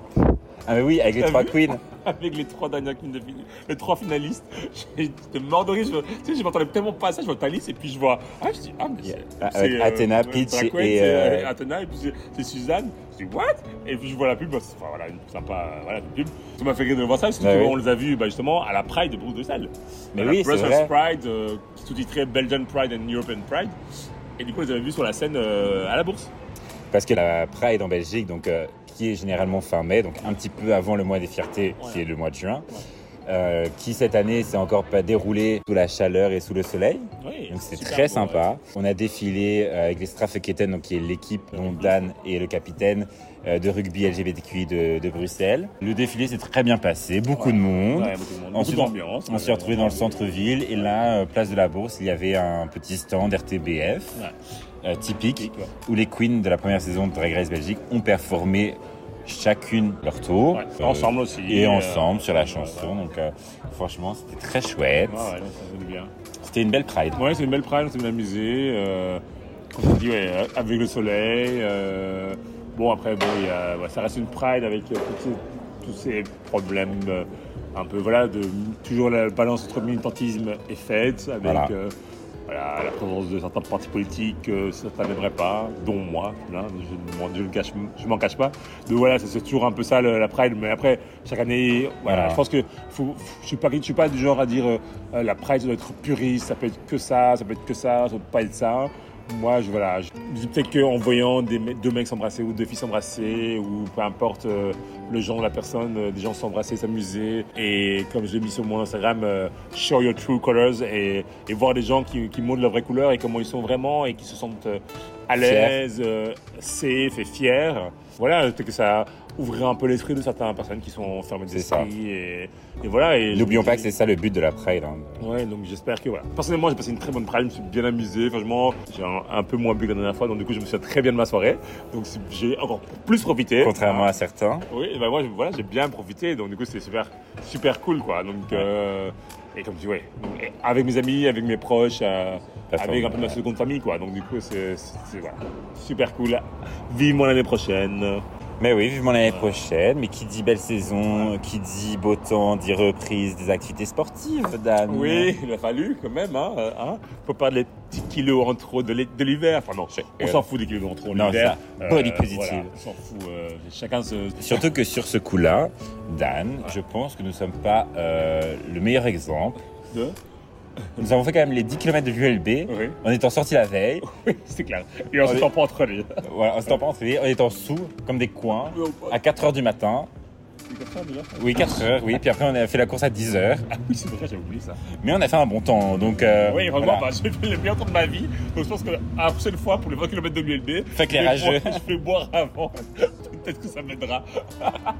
Ah mais oui, avec les
T'as
trois
vu
queens.
avec les trois dernières queens de fin- les trois finalistes. J'étais mort de rire, je, tu sais, je m'entendais tellement pas à ça, je vois Thalys et puis je vois, ah, je dis, ah, mais c'est.
Yeah. Avec
c'est,
Athena,
Drag
Peach
Queen,
et, euh,
c'est, euh, Athena, et puis c'est- c'est Suzanne. Je dis, what Et puis je vois la pub, bah, c'est- enfin voilà, une sympa, euh, voilà, une pub. Ça m'a fait rire de voir ça, parce
Ouais,
qu'on
oui.
les a vus bah, justement à la Pride de Bruxelles.
Mais
À la
oui, c'est
Brussels
vrai.
Pride, euh, qui sous-titrait Belgian Pride and European Pride. Et du coup, on les avait vus sur la scène euh, à la bourse.
Parce que la Pride en Belgique, donc, euh, qui est généralement fin mai, donc un petit peu avant le mois des fiertés, qui
Ouais.
est le mois de juin,
Ouais.
euh, qui cette année s'est encore pas déroulée sous la chaleur et sous le soleil.
Oui,
Donc c'était
super
très
beau,
sympa. On a défilé euh, avec les Strafeketen, donc qui est l'équipe
Mhm.
dont Dan est le capitaine euh, de rugby LGBTQI de, de Bruxelles. Le défilé s'est très bien passé, beaucoup
Ouais.
de
ouais.
monde.
Ouais, beaucoup de monde,
Mmh. Ensuite,
beaucoup d'ambiance.
On s'est retrouvé dans le centre-ville et là, euh, place de la Bourse, il y avait un petit stand RTBF
Ouais.
euh, typique
Typique, ouais.
où les queens de la première saison de Drag Race Belgique ont performé chacune leur tour
Ouais,
Euh,
ensemble aussi.
et
euh,
ensemble sur la
ouais,
chanson.
ouais.
Donc euh, franchement, c'était très chouette.
Ouais, ouais, non, ça donne bien.
C'était une belle pride.
Ouais, c'est une belle prime, on s'est bien amusé. euh, comme je dis, ouais, euh, avec le soleil. euh, bon, après, bon, il y a- ouais, ça reste une pride avec euh, tous ces- tous ces problèmes euh, un peu, voilà, de toujours la balance entre militantisme et fête, avec
Voilà.
euh, voilà, la présence de certains partis politiques que certains n'aimeraient pas, dont moi, là, je, ne m'en- je ne cache- je m'en cache pas. Donc voilà, c'est- c'est toujours un peu ça le- la Pride, mais après, chaque année, voilà,
Voilà.
je pense que faut- faut- je suis pas, je suis pas du genre à dire euh, euh, la Pride ça doit être puriste, ça peut être que ça, ça peut être que ça, ça peut pas être ça. Moi, je, voilà, je, je- peut-être qu'en voyant des, me- deux mecs s'embrasser ou deux filles s'embrasser, ou peu importe euh, le genre de la personne, euh, des gens s'embrasser, s'amuser. Et comme je l'ai mis sur mon Instagram, euh, show your true colors et, et voir des gens qui, qui montrent leurs vraies couleurs et comment ils sont vraiment et qui se sentent euh, à l'aise, euh, safe et fiers. Voilà, peut-être que ça ouvrirait un peu l'esprit de certaines personnes qui sont fermées
C'est ça.
d'esprit. Et, et voilà. Et
N'oublions
je-
pas que c'est ça le but de la pride. hein.
Ouais, donc j'espère que voilà. Personnellement, j'ai passé une très bonne prime, je me suis bien amusé. Franchement, j'ai un, un peu moins bu que la dernière fois, donc du coup, je me suis très bien de ma soirée. Donc c'est- j'ai encore plus profité.
Contrairement à certains.
Oui, bah moi, je- voilà, j'ai bien profité, donc du coup, c'était super, super cool, quoi. Donc, euh, et comme tu dis, ouais, donc, et avec mes amis, avec mes proches, euh,
Performant,
avec un peu de ma
ouais.
seconde famille, quoi. Donc du coup, c'est c'est- c'est- voilà, super cool. Vive-moi l'année prochaine.
Mais oui, vivement l'année prochaine. Mais qui dit belle saison, qui dit beau temps, dit reprise des activités sportives, Dan.
Oui, il a fallu quand même, hein. euh, hein. Faut pas les petits kilos en trop de l'hi- de l'hiver. Enfin non, on s'en fout des kilos en trop de
Non,
l'hiver.
ça, body positive.
Euh, voilà, on s'en fout. euh, chacun se.
Surtout que sur ce coup-là, Dan, je pense que nous ne sommes pas euh, le meilleur exemple.
de-
Nous avons fait quand même les 10 km de l'ULB
Oui,
en étant sortis la veille,
c'est clair. Et on se
Allez.
s'en prend entre les.
voilà, en s'étant pas entraînés, en étant sous, comme des coins, à 4 h du matin.
C'est comme ça, déjà
Oui, 4 h oui. Puis après, on a fait la course à 10 h
Ah oui, c'est vrai, j'ai oublié ça.
Mais on a fait un bon temps, donc. euh,
oui, vraiment,
voilà.
bah, j'ai fait le meilleur temps de ma vie. Donc je pense que la prochaine fois, pour les 20 km de l'ULB,
Fait
je vais
éclairageux.
boire- je vais boire avant. Peut-être que ça m'aidera.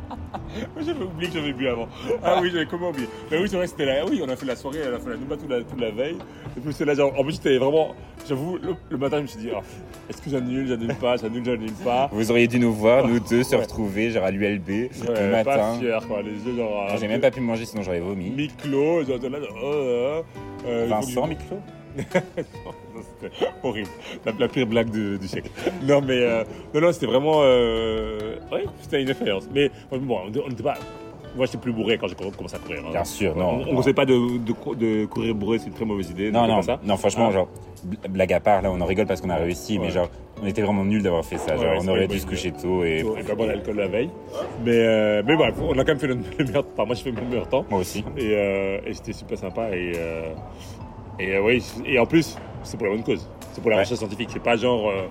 j'avais oublié que j'avais bu avant. Ah oui, j'avais comment oublié. Mais oui, c'est vrai, c'était là. Oui, on a fait la soirée, on a fait la Nouba toute la, toute la veille. Et puis c'est là, genre, en plus, j'étais vraiment. J'avoue, le, le matin, je me suis dit, Ah, est-ce que j'annule, j'annule pas, j'annule, j'annule pas.
Vous auriez dû nous voir, nous deux, se
Ouais.
retrouver, genre à l'ULB,
Ouais,
le
Pas euh,
matin.
fier, quoi. Les yeux, genre.
J'ai même pas pu manger, sinon j'aurais vomi.
Mi-clos, genre, là, genre, euh, euh, euh, il faut que je-
Vincent, Miclo
Non, C'était horrible. La, la pire blague du, du siècle. Non, mais euh, non, non, c'était vraiment. euh, ouais, c'était une expérience. Mais bon, on n'était pas. Moi, j'étais plus bourré quand j'ai commencé à courir. hein.
Bien sûr,
On
non.
ne conseille pas de, de cou- de courir bourré, c'est une très mauvaise idée.
Non,
ne faites
non,
pas ça.
non, franchement,
Ah.
genre, bl- blague à part, là, on en rigole parce qu'on a réussi, mais
Ouais.
genre, on était vraiment nuls d'avoir fait ça.
Ouais,
genre,
ouais,
on
c'est
aurait
une
dû
bonne
se coucher tôt et.
Et pas bon l'alcool la veille. Mais, euh, mais bref, on a quand même fait le, le meilleur temps. Enfin, moi, j'ai fait le meilleur temps.
Moi aussi.
Et, euh, et c'était super sympa. Et, euh, et, euh, ouais, et en plus, c'est pour la bonne cause. C'est pour la
Ouais.
recherche scientifique. C'est pas genre euh,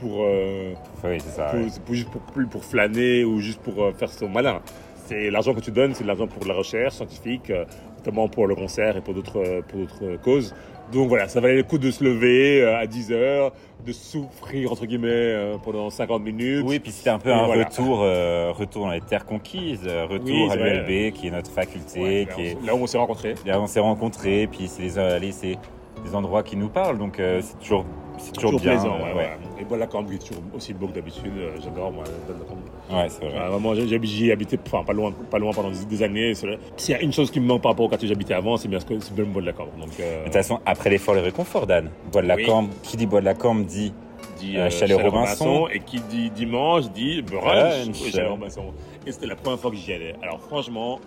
pour, euh,
Oui, c'est ça.
pour-
Ah ouais.
c'est pour- juste pour, pour, pour flâner ou juste pour euh, faire son malin. C'est l'argent que tu donnes, c'est de l'argent pour la recherche scientifique, euh, notamment pour le concert et pour d'autres euh, pour d'autres euh, causes. Donc voilà, ça valait le coup de se lever euh, à 10 heures, de souffrir entre guillemets euh, pendant 50 minutes.
Oui, puis c'était un peu
Et
un
voilà.
retour, euh, retour dans les terres conquises, euh, retour
Oui,
à
c'est vrai.
l'ULB, qui est notre faculté,
Ouais,
qui est.
on- Là où on s'est rencontrés.
Là, on s'est rencontrés, puis c'est les, euh, allez, c'est des endroits qui nous parlent, donc euh, c'est toujours, c'est toujours, bien.
plaisant.
euh,
ouais,
ouais.
ouais. Et voilà, Cambridge, est toujours aussi beau que d'habitude. euh, J'adore, moi, la Cambridge.
Ouais, c'est vrai.
Ah, vraiment, j'ai- j'ai- j'y ai habité, enfin, pas loin, pas loin pendant des- des années. C'est- S'il y a une chose qui me manque par rapport au quartier où j'habitais avant, c'est bien ce que c'est bien le bois de la Cambre. Donc, euh,
De toute façon, après l'effort, le réconfort, Dan. Bois de la
Oui.
Cambre, qui dit Bois de la Cambre dit
dit
euh, Chalet Robinson.
Et qui dit dimanche dit brunch.
Brunch.
Oui, Chalet Robinson. Et c'était la première fois que j'y allais. Alors, franchement,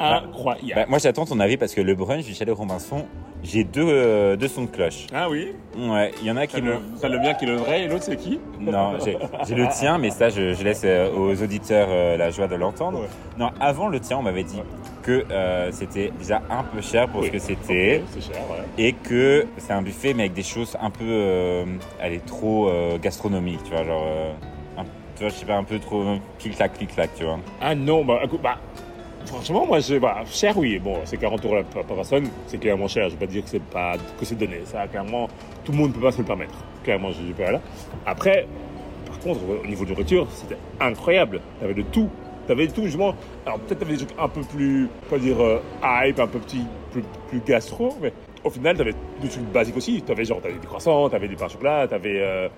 incroyable.
Bah, moi, j'attends ton avis parce que le brunch du Chalet Robinson, j'ai deux, euh, deux sons de cloche.
ah oui
Ouais, il y en a
T'as
qui
le,
me.
t'as le mien qui est le vrai et l'autre c'est qui
Non, j'ai j'ai le tien, mais ça, je, je laisse euh, aux auditeurs euh, la joie de l'entendre.
Ouais.
Non, avant le tien, on m'avait dit
Ouais.
que euh, c'était déjà un peu cher pour
Oui.
ce que c'était
C'est cher, ouais.
et que c'est un buffet, mais avec des choses un peu. euh, elle est trop euh, gastronomique, tu vois, genre. euh, un- tu vois, je sais pas, un peu trop euh, clic-clac, clic-clac, tu vois.
Ah non, bah, écoute, bah, franchement, moi, je, bah, cher, oui. Bon, c'est 40 euros la- par par personne, c'est clairement cher. Je ne vais pas dire que c'est pas que c'est donné. Ça, clairement, tout le monde ne peut pas se le permettre. Clairement, je dis pas là. Après, par contre, au niveau de la nourriture, c'était incroyable. T'avais de tout. T'avais de tout, justement. Alors, peut-être t'avais des trucs un peu plus, pas dire euh, hype, un peu petit, plus, plus gastro, mais au final, t'avais des trucs basiques aussi. T'avais genre, t'avais des croissants, t'avais des pains au chocolat, t'avais. euh,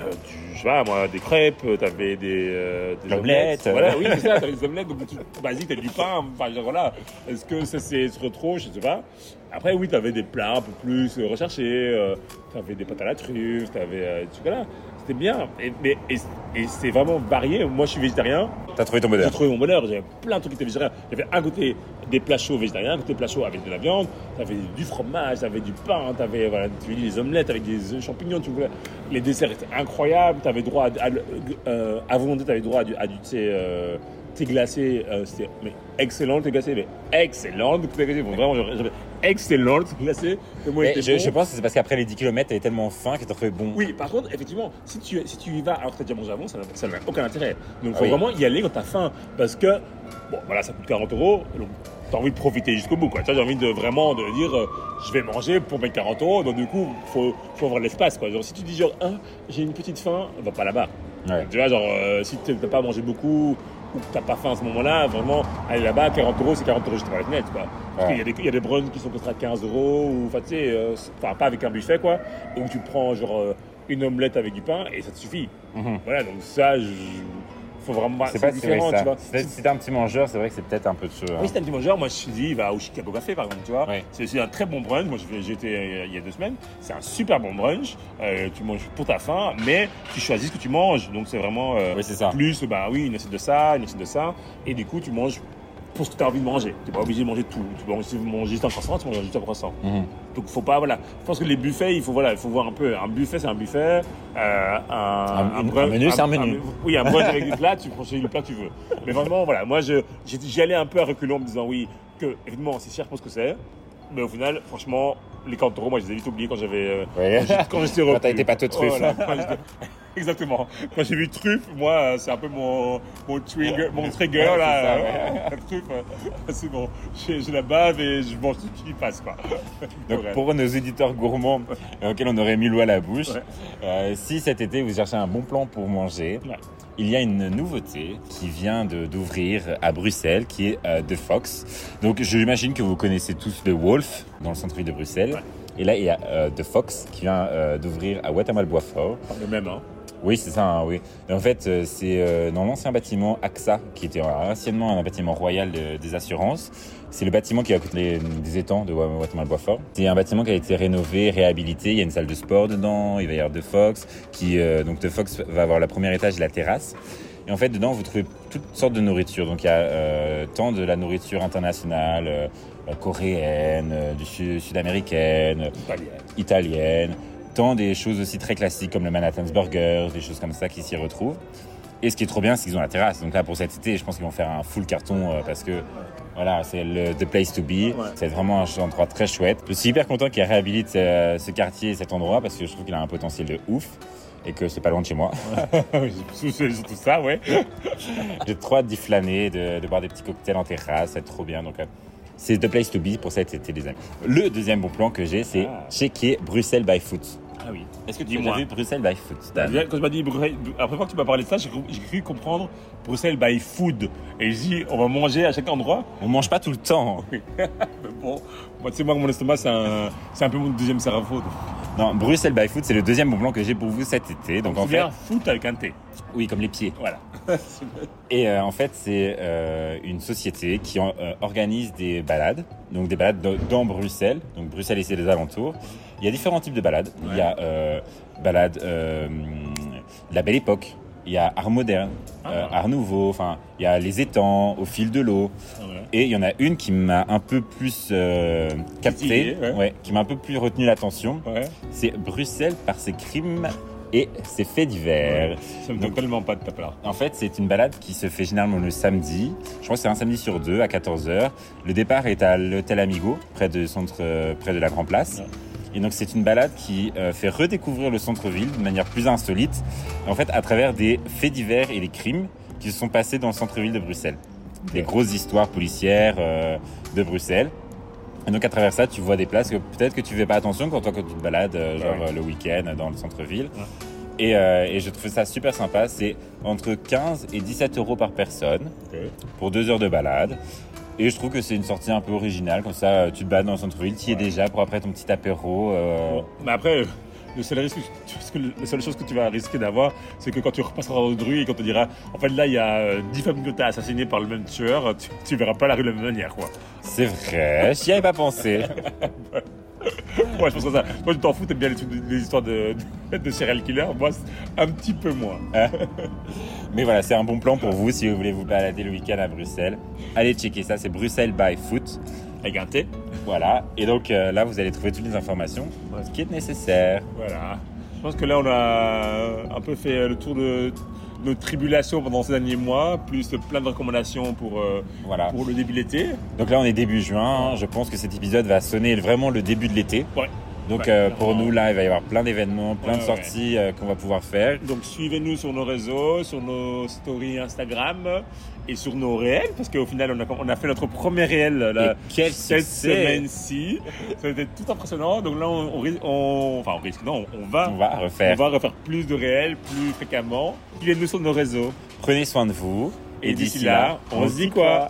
euh, du, je sais pas, moi, des crêpes, t'avais des, euh, des
L'omelette.
Voilà, oui, c'est ça, t'avais des omelettes, donc des trucs basiques, t'avais du pain, enfin, genre, voilà. Est-ce que ça, c'est trop trop, je sais pas. Après, oui, t'avais des plats un peu plus euh, recherchés, euh, t'avais des pâtes à la truffe, t'avais euh, du chocolat. C'était bien, et, mais, et, et c'est vraiment varié. Moi, je suis végétarien,
T'as trouvé ton
j'ai
bonheur.
trouvé mon bonheur, j'avais plein de trucs qui étaient végétariens. J'avais un côté des plats chauds végétariens, un côté plats chauds avec de la viande, t'avais du fromage, t'avais du pain, t'avais voilà, tu dis, des omelettes avec des œufs champignons, tu voulais. Les desserts étaient incroyables, t'avais droit à, à- euh, avant de manger, t'avais droit à du, à du thé, euh, thé glacé, euh, c'était mais excellent le thé glacé, mais excellent le thé glacé, bon, vraiment, j'avais- j'avais excellent le thé glacé. Le mot
Mais
était
je,
bon.
je pense que c'est parce qu'après les 10 km, t'avais tellement faim que t'as trouvé bon.
Oui, par contre, effectivement, si tu, si tu y vas alors que t'as déjà mangé avant, ça n'a- ça n'a aucun intérêt. Donc,
Ah
faut
oui.
vraiment y aller quand t'as faim. Parce que, bon, voilà, ça coûte 40 euros. Donc, t'as envie de profiter jusqu'au bout, quoi. Tu vois, j'ai envie de vraiment de dire, euh, je vais manger pour mes 40 euros. Donc, du coup, faut, faut avoir de l'espace, quoi. Genre, si tu dis, genre, ah, j'ai une petite faim, va pas là-bas.
Ouais.
Tu vois, genre, euh, si t'as t'as pas mangé beaucoup ou que t'as pas faim à ce moment-là, vraiment, aller là-bas, 40 euros, c'est 40 euros juste par la fenêtre, quoi. Parce
Ouais.
qu'il y a des- il y, a des bruns qui sont costés à 15 euros, ou, enfin, tu sais, euh, c'est- enfin, pas avec un buffet, quoi, où tu prends, genre, euh, une omelette avec du pain et ça te suffit.
Mhm.
Voilà, donc ça, je... faut vraiment.
C'est pas si vrai
différent,
que
tu vois.
ça. Si t'es- si t'es un petit mangeur, c'est vrai que c'est peut-être un peu de hein. cheveux.
Oui, c'est un petit mangeur. Moi, je suis dit, il va au Chicago Café, par exemple, tu vois.
Oui.
C'est c'est un très bon brunch. Moi, je vais- j'y étais euh, il y a deux semaines. C'est un super bon brunch. Euh, tu manges pour ta faim, mais tu choisis ce que tu manges. Donc, c'est vraiment euh,
Oui, c'est ça.
plus, bah oui, une assiette de ça, une assiette de ça. Et du coup, tu manges pour ce que tu as envie de manger. Tu n'es pas obligé de manger tout. Tu peux aussi manger juste un croissant, tu manges juste un croissant.
Mhm.
Donc, faut pas, voilà. Je pense que les buffets, il faut, voilà, il faut voir un peu. Un buffet, c'est un buffet. Euh, un,
Un- un menu, c'est un menu.
oui, un brunch avec des plats, tu prends celui- le plat que tu veux. Mais vraiment, voilà, moi, je- j'ai- j'y allais un peu à reculons en me disant, oui, que, évidemment, c'est cher pour ce que c'est. Mais au final, franchement, les 40 euros, moi, je les ai vite oubliés quand j'avais. euh,
Ouais.
quand quand j'étais
Quand
revenu.
t'as été pâte aux truffes.
Voilà, quand j'étais- Exactement. Quand j'ai vu truffe, moi, euh, c'est un peu mon, mon trigger, mon trigger
Ouais, c'est
là.
ça,
euh, la truffe, euh, c'est bon. J'ai j'ai la bave et je mange tout ce qui passe, quoi.
Donc
Ouais.
pour nos éditeurs gourmands euh, auxquels on aurait mis l'eau à la bouche,
Ouais.
euh, si cet été vous cherchez un bon plan pour manger,
Ouais.
il y a une nouveauté qui vient de- d'ouvrir à Bruxelles, qui est euh, The Fox. Donc j'imagine que vous connaissez tous le Wolf dans le centre-ville de Bruxelles.
Ouais.
Et là, il y a euh, The Fox qui vient euh, d'ouvrir à Watermal-Boisfort.
Le même, hein.
Oui, c'est ça, hein, oui. Et en fait, euh, c'est euh, dans l'ancien bâtiment AXA, qui était euh, anciennement un bâtiment royal de- des assurances. C'est le bâtiment qui a côté des étangs de Wa- Watermal-Boisfort. C'est un bâtiment qui a été rénové, réhabilité. Il y a une salle de sport dedans, il va y avoir The Fox, qui, euh, donc The Fox va avoir le premier étage et la terrasse. Et Et en fait, dedans, vous trouvez toutes sortes de nourriture. Donc, il y a euh, tant de la nourriture internationale, euh, coréenne, euh, du sud- sud-américaine,
Italienne.
italienne, tant des choses aussi très classiques comme le Manhattan's Burger, des choses comme ça qui s'y retrouvent. Et ce qui est trop bien, c'est qu'ils ont la terrasse. Donc là, pour cet été, je pense qu'ils vont faire un full carton euh, parce que voilà, c'est le the place to be. C'est vraiment un endroit très chouette. Je suis hyper content qu'ils réhabilitent euh, ce quartier et cet endroit parce que je trouve qu'il a un potentiel de ouf et que c'est pas loin de chez moi.
Ah Surtout ça, ouais.
J'ai trop hâte d'y flâner, de, de boire des petits cocktails en terrasse, c'est trop bien. Donc, euh, c'est the place to be pour cet été, les amis. Le deuxième bon plan que j'ai, c'est
Ah.
checker Bruxelles by Foot.
Ah oui.
Est-ce que tu as
Dis-moi.
déjà vu Bruxelles by Foot Dan
Déjà, Quand tu m'as dit Bruxelles, la première fois que tu m'as parlé de ça, j'ai cru- j'ai cru comprendre Bruxelles by food. Et je dis, on va manger à chaque endroit.
On mange pas tout le temps.
Mais bon, moi, tu sais, moi, mon estomac, c'est un, c'est un peu mon deuxième cerveau. donc.
Non, Bruxelles by Foot, c'est le deuxième bon plan que j'ai pour vous cet été. Donc en
Tu
fait,
viens foot avec un T.
oui, comme les pieds.
Voilà.
Et euh, en fait, c'est euh, une société qui en- euh, organise des balades, donc des balades dans, dans Bruxelles, donc Bruxelles et les alentours. Il y a différents types de balades. Il y a euh, balade euh, de la belle époque, il y a art moderne, euh,
Ah.
art nouveau, enfin, il y a les étangs au fil de l'eau.
Ah, voilà.
Et il y en a une qui m'a un peu plus euh, capté,
Titillé, ouais.
qui m'a un peu plus retenu l'attention.
Ouais.
C'est Bruxelles par ses crimes et ses faits divers.
Ça me donne
Donc-
tellement pas de ta part.
En fait, c'est une balade qui se fait généralement le samedi. Je crois que c'est un samedi sur deux à 14h. Le départ est à l'hôtel Amigo, près, de centre, euh, près de la Grand Place.
Ouais.
Et donc, c'est une balade qui euh, fait redécouvrir le centre-ville de manière plus insolite, en fait, à travers des faits divers et des crimes qui se sont passés dans le centre-ville de Bruxelles. Des grosses histoires policières euh, de Bruxelles. Et donc, à travers ça, tu vois des places que peut-être que tu fais pas attention quand toi, quand tu te balades, euh, genre
Ouais.
euh, le week-end, dans le centre-ville.
Ouais.
Et, euh, et je trouve ça super sympa. C'est entre 15 et 17 euros par personne pour deux heures de balade. Et je trouve que c'est une sortie un peu originale. Comme ça, euh, tu te balades dans le centre-ville, tu y es
Ouais.
déjà pour après ton petit apéro. euh,
Bon, mais après, euh, le seul risque, tu- parce que le- la seule chose que tu vas risquer d'avoir, c'est que quand tu repasseras dans une rue et qu'on te dira, en fait là, il y a euh, 10 femmes que tu as assassinées par le même tueur, euh, tu, tu verras pas la rue de la même manière, quoi.
C'est vrai, j'y avais pas pensé.
Moi, je pense que ça. Toi, tu t'en fous, t'aimes bien les, trucs- les histoires de, de, de serial killer. Moi, c'est un petit peu moins.
Mais voilà, c'est un bon plan pour vous si vous voulez vous balader le week-end à Bruxelles. Allez checker ça, c'est Bruxelles by Foot.
Avec un T.
Voilà. Et donc euh, là, vous allez trouver toutes les informations
Ouais.
qui est nécessaire.
Voilà. Je pense que là, on a euh, un peu fait le tour de nos tribulations pendant ces derniers mois, plus plein de recommandations pour, euh,
Voilà.
pour le début de l'été.
Donc là, on est début juin. hein. Je pense que cet épisode va sonner vraiment le début de l'été.
Ouais.
Donc
Ouais,
euh,
clairement.
pour nous, là, il va y avoir plein d'événements, plein
Ouais,
de
ouais.
sorties euh, qu'on va pouvoir faire.
Donc suivez-nous sur nos réseaux, sur nos stories Instagram et sur nos réels, parce qu'au final, on a, on a fait notre premier réel là,
Et quel
cette
succès
semaine-ci. Ça a été tout impressionnant. Donc là, on, on ris- on- enfin, on risque, non, on va,
On va refaire.
on va refaire plus de réels, plus fréquemment. Suivez-nous sur nos réseaux.
Prenez soin de vous.
Et d'ici là, on se dit quoi